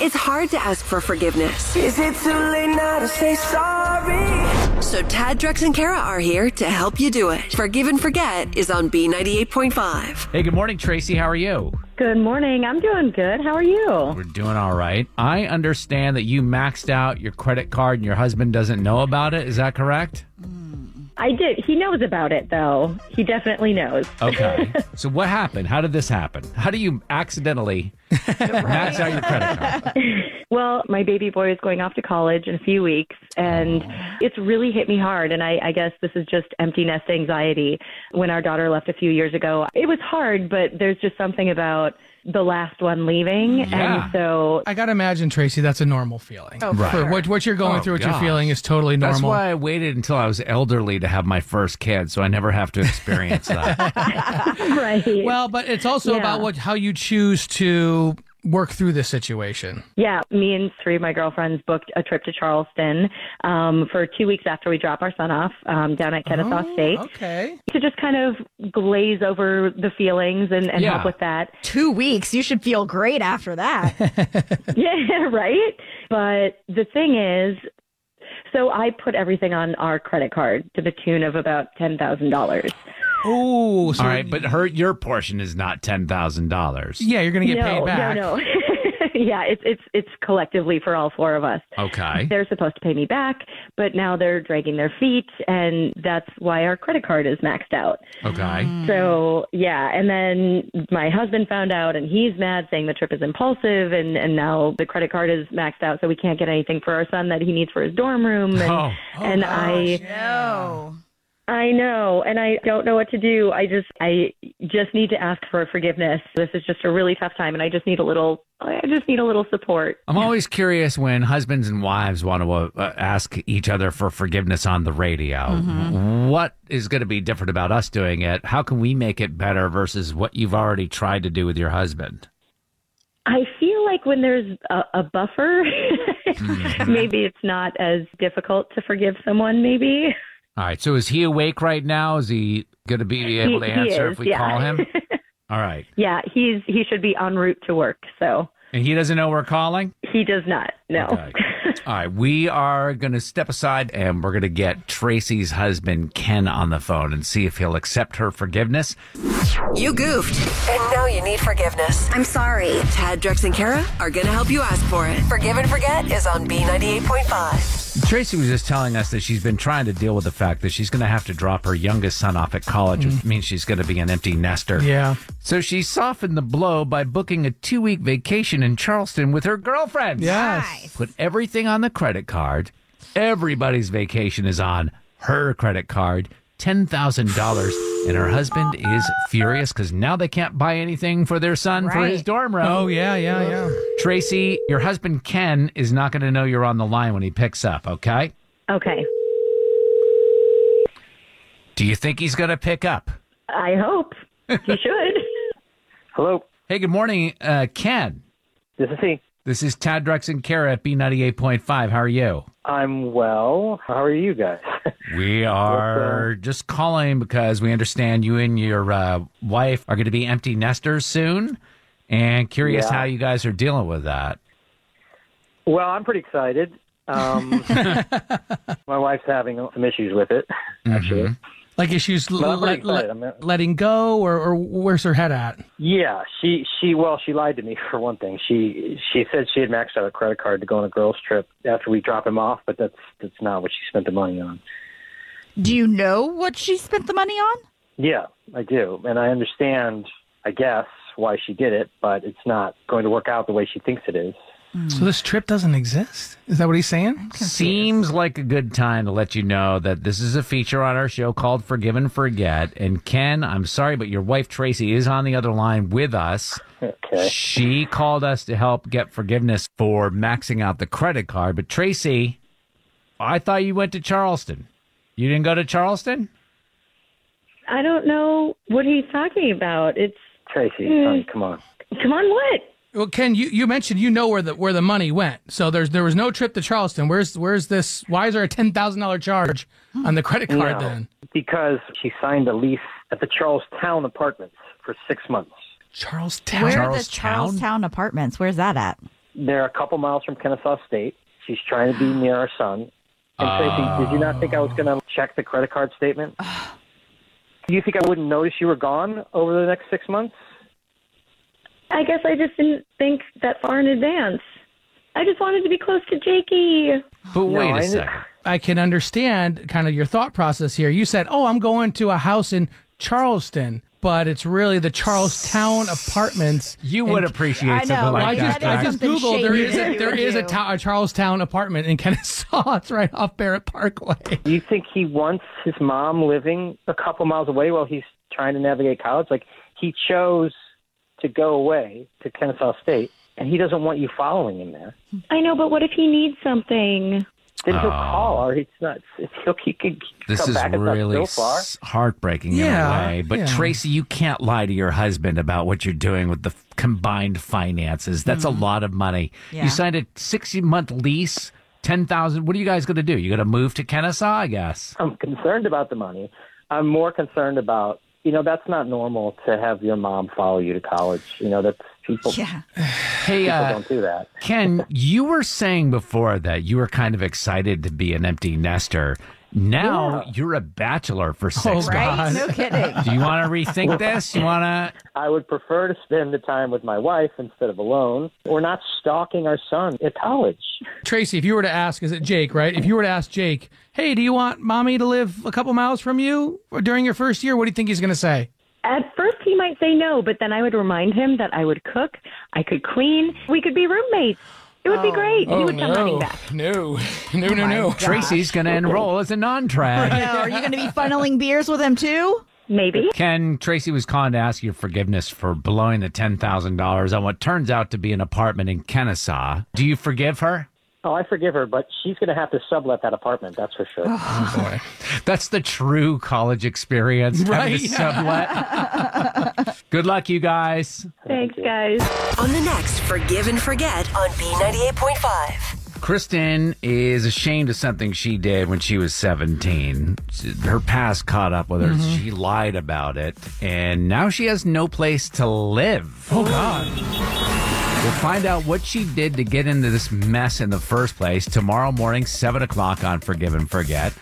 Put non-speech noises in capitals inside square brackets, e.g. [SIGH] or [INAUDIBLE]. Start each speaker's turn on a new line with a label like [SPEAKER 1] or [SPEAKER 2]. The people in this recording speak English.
[SPEAKER 1] It's hard to ask for forgiveness.
[SPEAKER 2] Is it too late now to say sorry?
[SPEAKER 1] So Tad, Drex, and Kara are here to help you do it. Forgive and Forget is on B98.5.
[SPEAKER 3] Hey, good morning, Tracy. How are you?
[SPEAKER 4] Good morning. I'm doing good. How are you?
[SPEAKER 3] We're doing all right. I understand that you maxed out your credit card and your husband doesn't know about it. Is that correct?
[SPEAKER 4] I did. He knows about it, though. He definitely knows.
[SPEAKER 3] [LAUGHS] Okay. so what happened? How did this happen? How do you [LAUGHS] accidentally max out your credit card?
[SPEAKER 4] Well, my baby boy is going off to college in a few weeks, and it's really hit me hard. And I, I guess this is just empty nest anxiety. When our daughter left a few years ago, it was hard, but there's just something about the last one leaving.
[SPEAKER 3] Yeah.
[SPEAKER 4] And so
[SPEAKER 5] I gotta imagine, Tracy, that's a normal feeling. Oh,
[SPEAKER 3] Right.
[SPEAKER 5] For what what you're going
[SPEAKER 3] Oh,
[SPEAKER 5] through, what
[SPEAKER 3] gosh.
[SPEAKER 5] you're feeling is totally normal.
[SPEAKER 3] That's why I waited until I was elderly to have my first kid, so I never have to experience [LAUGHS] that.
[SPEAKER 4] right.
[SPEAKER 5] Well, but it's also
[SPEAKER 4] Yeah.
[SPEAKER 5] about what how you choose to work through this situation.
[SPEAKER 4] Yeah, me and three of my girlfriends booked a trip to Charleston um, for two weeks after we drop our son off um, down at Kennesaw State
[SPEAKER 5] Okay.
[SPEAKER 4] to just kind of glaze over the feelings and, and
[SPEAKER 3] Yeah.
[SPEAKER 4] help with that. [LAUGHS]
[SPEAKER 6] Two weeks. You should feel great after [LAUGHS] that.
[SPEAKER 4] yeah, right. But the thing is, so I put everything on our credit card to the tune of about ten thousand dollars.
[SPEAKER 5] Oh, so
[SPEAKER 3] all right, but her your portion is not ten thousand dollars.
[SPEAKER 5] yeah, you're gonna get
[SPEAKER 4] No,
[SPEAKER 5] paid
[SPEAKER 4] no,
[SPEAKER 5] back.
[SPEAKER 4] no. [LAUGHS] yeah, it's it's it's collectively for all four of us.
[SPEAKER 3] Okay.
[SPEAKER 4] they're supposed to pay me back, but now they're dragging their feet, and that's why our credit card is maxed out.
[SPEAKER 3] Okay.
[SPEAKER 4] So, yeah, and then my husband found out, and he's mad, saying the trip is impulsive, and and now the credit card is maxed out, so we can't get anything for our son that he needs for his dorm room. And,
[SPEAKER 3] Oh.
[SPEAKER 4] and I,
[SPEAKER 6] No.
[SPEAKER 4] I know, and I don't know what to do. I just, I just need to ask for forgiveness. This is just a really tough time, and I just need a little, I just need a little support.
[SPEAKER 3] I'm always curious when husbands and wives want to uh, ask each other for forgiveness on the radio.
[SPEAKER 4] Mm-hmm.
[SPEAKER 3] What is going to be different about us doing it? How can we make it better versus what you've already tried to do with your husband?
[SPEAKER 4] I feel like when there's a, a buffer, [LAUGHS] maybe it's not as difficult to forgive someone. Maybe
[SPEAKER 3] All right. So is he awake right now? Is he going to be able to
[SPEAKER 4] he
[SPEAKER 3] answer
[SPEAKER 4] is,
[SPEAKER 3] if we
[SPEAKER 4] yeah.
[SPEAKER 3] call
[SPEAKER 4] [LAUGHS]
[SPEAKER 3] him? All right.
[SPEAKER 4] yeah, he's he should be en route to work, so
[SPEAKER 3] And he doesn't know we're calling?
[SPEAKER 4] he does not. No,
[SPEAKER 3] Okay. All right. We are going to step aside and we're going to get Tracy's husband, Ken, on the phone and see if he'll accept her forgiveness.
[SPEAKER 1] You goofed.
[SPEAKER 2] And now you need forgiveness.
[SPEAKER 1] I'm sorry. Tad, Drex, and Kara are going to help you ask for it. Forgive and Forget is on B98.5.
[SPEAKER 3] Tracy was just telling us that she's been trying to deal with the fact that she's going to have to drop her youngest son off at college, which means she's going to be an empty nester.
[SPEAKER 5] Mm-hmm. Yeah.
[SPEAKER 3] So she softened the blow by booking a two week vacation in Charleston with her girlfriends.
[SPEAKER 5] Yes.
[SPEAKER 3] Put everything on the credit card. Everybody's vacation is on her credit card. $10,000. And her husband is furious because now they can't buy anything for their son for
[SPEAKER 6] Right.
[SPEAKER 3] his dorm room.
[SPEAKER 5] Oh yeah, yeah, yeah.
[SPEAKER 3] Tracy, your husband Ken is not going to know you're on the line when he picks up, okay?
[SPEAKER 4] [LAUGHS] okay.
[SPEAKER 3] Do you think he's going to pick up?
[SPEAKER 4] I hope he should.
[SPEAKER 7] Hello,
[SPEAKER 3] Hey, good morning, uh, Ken.
[SPEAKER 7] this is he.
[SPEAKER 3] This is Tad Drex and Kara at B98.5. How are you?
[SPEAKER 7] I'm well. How are you guys?
[SPEAKER 3] We are just calling because we understand you and your uh, wife are going to be empty nesters soon. And curious
[SPEAKER 7] Yeah.
[SPEAKER 3] how you guys are dealing with that.
[SPEAKER 7] [LAUGHS] well, I'm pretty excited. [LAUGHS] Um, my wife's having some issues with it, actually.
[SPEAKER 5] Like issues
[SPEAKER 7] But I'm
[SPEAKER 5] l-
[SPEAKER 7] pretty
[SPEAKER 5] let- let-
[SPEAKER 7] excited. I'm not-
[SPEAKER 5] letting go, or, or where's her head at?
[SPEAKER 7] yeah, she she well, she lied to me [LAUGHS] for one thing. She she said she had maxed out her credit card to go on a girls trip after we drop him off, but that's that's not what she spent the money on.
[SPEAKER 6] Do you know what she spent the money on?
[SPEAKER 7] Yeah, I do, and I understand. I guess why she did it, but it's not going to work out the way she thinks it is.
[SPEAKER 5] So this trip doesn't exist. Is that what he's saying?
[SPEAKER 3] Seems like a good time to let you know that this is a feature on our show called Forgive and Forget. And Ken, I'm sorry, but your wife Tracy is on the other line with us.
[SPEAKER 7] Okay.
[SPEAKER 3] She called us to help get forgiveness for maxing out the credit card. But Tracy, I thought you went to Charleston. You didn't go to Charleston?
[SPEAKER 4] I don't know what he's talking about. It's
[SPEAKER 7] Tracy, honey, come on.
[SPEAKER 4] come on, what?
[SPEAKER 5] Well, Ken, you, you mentioned you know where the where the money went. So there's there was no trip to Charleston. Where's where's this? Why is there a ten thousand dollar charge on the credit card
[SPEAKER 7] No,
[SPEAKER 5] then?
[SPEAKER 7] Because she signed a lease at the Charlestown Apartments for six months.
[SPEAKER 5] Charlestown.
[SPEAKER 6] Where are the
[SPEAKER 3] Charlestown?
[SPEAKER 6] [LAUGHS] Charlestown apartments? Where's that at?
[SPEAKER 7] they're a couple miles from Kennesaw State. She's trying to be near our son. And Tracy, did you not think I was going to check the credit card statement? Do you think I wouldn't notice you were gone over the next six months?
[SPEAKER 4] I guess I just didn't think that far in advance. I just wanted to be close to Jakey.
[SPEAKER 3] But wait
[SPEAKER 7] I
[SPEAKER 3] a
[SPEAKER 7] kn-
[SPEAKER 3] second.
[SPEAKER 5] I can understand kind of your thought process here. You said, "Oh, I'm going to a house in Charleston," but it's really the Charlestown apartments.
[SPEAKER 3] You would
[SPEAKER 6] I
[SPEAKER 3] appreciate
[SPEAKER 6] know,
[SPEAKER 3] something
[SPEAKER 5] I
[SPEAKER 3] like
[SPEAKER 6] Like
[SPEAKER 3] that.
[SPEAKER 5] just
[SPEAKER 6] that is
[SPEAKER 5] I
[SPEAKER 3] Doc.
[SPEAKER 5] just
[SPEAKER 6] something
[SPEAKER 5] googled there
[SPEAKER 6] shady
[SPEAKER 5] is a,
[SPEAKER 6] that you
[SPEAKER 5] there
[SPEAKER 6] would
[SPEAKER 5] is a,
[SPEAKER 6] do.
[SPEAKER 5] to- a Charlestown apartment in Kennesaw. [LAUGHS] It's right off Barrett Parkway.
[SPEAKER 7] Do you think he wants his mom living a couple miles away while he's trying to navigate college? Like he chose to go away to Kennesaw State, and he doesn't want you following him there.
[SPEAKER 4] I know, but what if he needs something?
[SPEAKER 7] Then he'll call, or he's not. He'll, he could
[SPEAKER 3] Oh. This
[SPEAKER 7] come
[SPEAKER 3] is
[SPEAKER 7] back.
[SPEAKER 3] really
[SPEAKER 7] it's not so
[SPEAKER 3] s- heartbreaking
[SPEAKER 5] Yeah,
[SPEAKER 3] in a way. But
[SPEAKER 5] yeah.
[SPEAKER 3] Tracy, you can't lie to your husband about what you're doing with the f- combined finances. That's a lot of money.
[SPEAKER 6] Yeah.
[SPEAKER 3] You signed a 60 month lease, 10,000. What are you guys going to do? You going to move to Kennesaw, I guess.
[SPEAKER 7] far. I'm concerned about the money. I'm more concerned about you know that's not normal to have your mom follow you to college. You know that's people
[SPEAKER 6] Yeah.
[SPEAKER 3] Hey,
[SPEAKER 7] people
[SPEAKER 3] uh,
[SPEAKER 7] don't do that.
[SPEAKER 3] Ken, you were saying before that you were kind of excited to be an empty nester. Now you're a bachelor for six
[SPEAKER 5] right?
[SPEAKER 3] months.
[SPEAKER 6] Right? No kidding.
[SPEAKER 3] Do you want to rethink this? You want to
[SPEAKER 7] I would prefer to spend the time with my wife instead of alone. We're not stalking our son at college.
[SPEAKER 5] Tracy, if you were to ask, is it Jake, right? If you were to ask Jake, hey, do you want mommy to live a couple miles from you during your first year? What do you think he's going to say?
[SPEAKER 4] At first, he might say no, but then I would remind him that I would cook, I could clean, we could be roommates. It would be great. he would come running back.
[SPEAKER 5] Oh, no, [LAUGHS] no, no, no.
[SPEAKER 3] Tracy's going to enroll as a non-trad.
[SPEAKER 6] No, are you going to be funneling beers with him too?
[SPEAKER 4] Maybe.
[SPEAKER 3] Ken, Tracy was calling to ask your forgiveness for blowing the $10,000 on what turns out to be an apartment in Kennesaw. Do you forgive her?
[SPEAKER 7] Oh, I forgive her, but she's going to have to sublet that apartment. That's for sure.
[SPEAKER 3] That's the true college experience. having
[SPEAKER 5] Right.
[SPEAKER 3] to sublet. Good luck, you guys.
[SPEAKER 4] Thanks, guys.
[SPEAKER 1] On the next Forgive and Forget on B98.5.
[SPEAKER 3] Kristen is ashamed of something she did when she was 17. Her past caught up with her. She lied about it, and now she has no place to live. Oh, God. We'll find out what she did to get into this mess in the first place tomorrow morning, 7 o'clock on Forgive and Forget.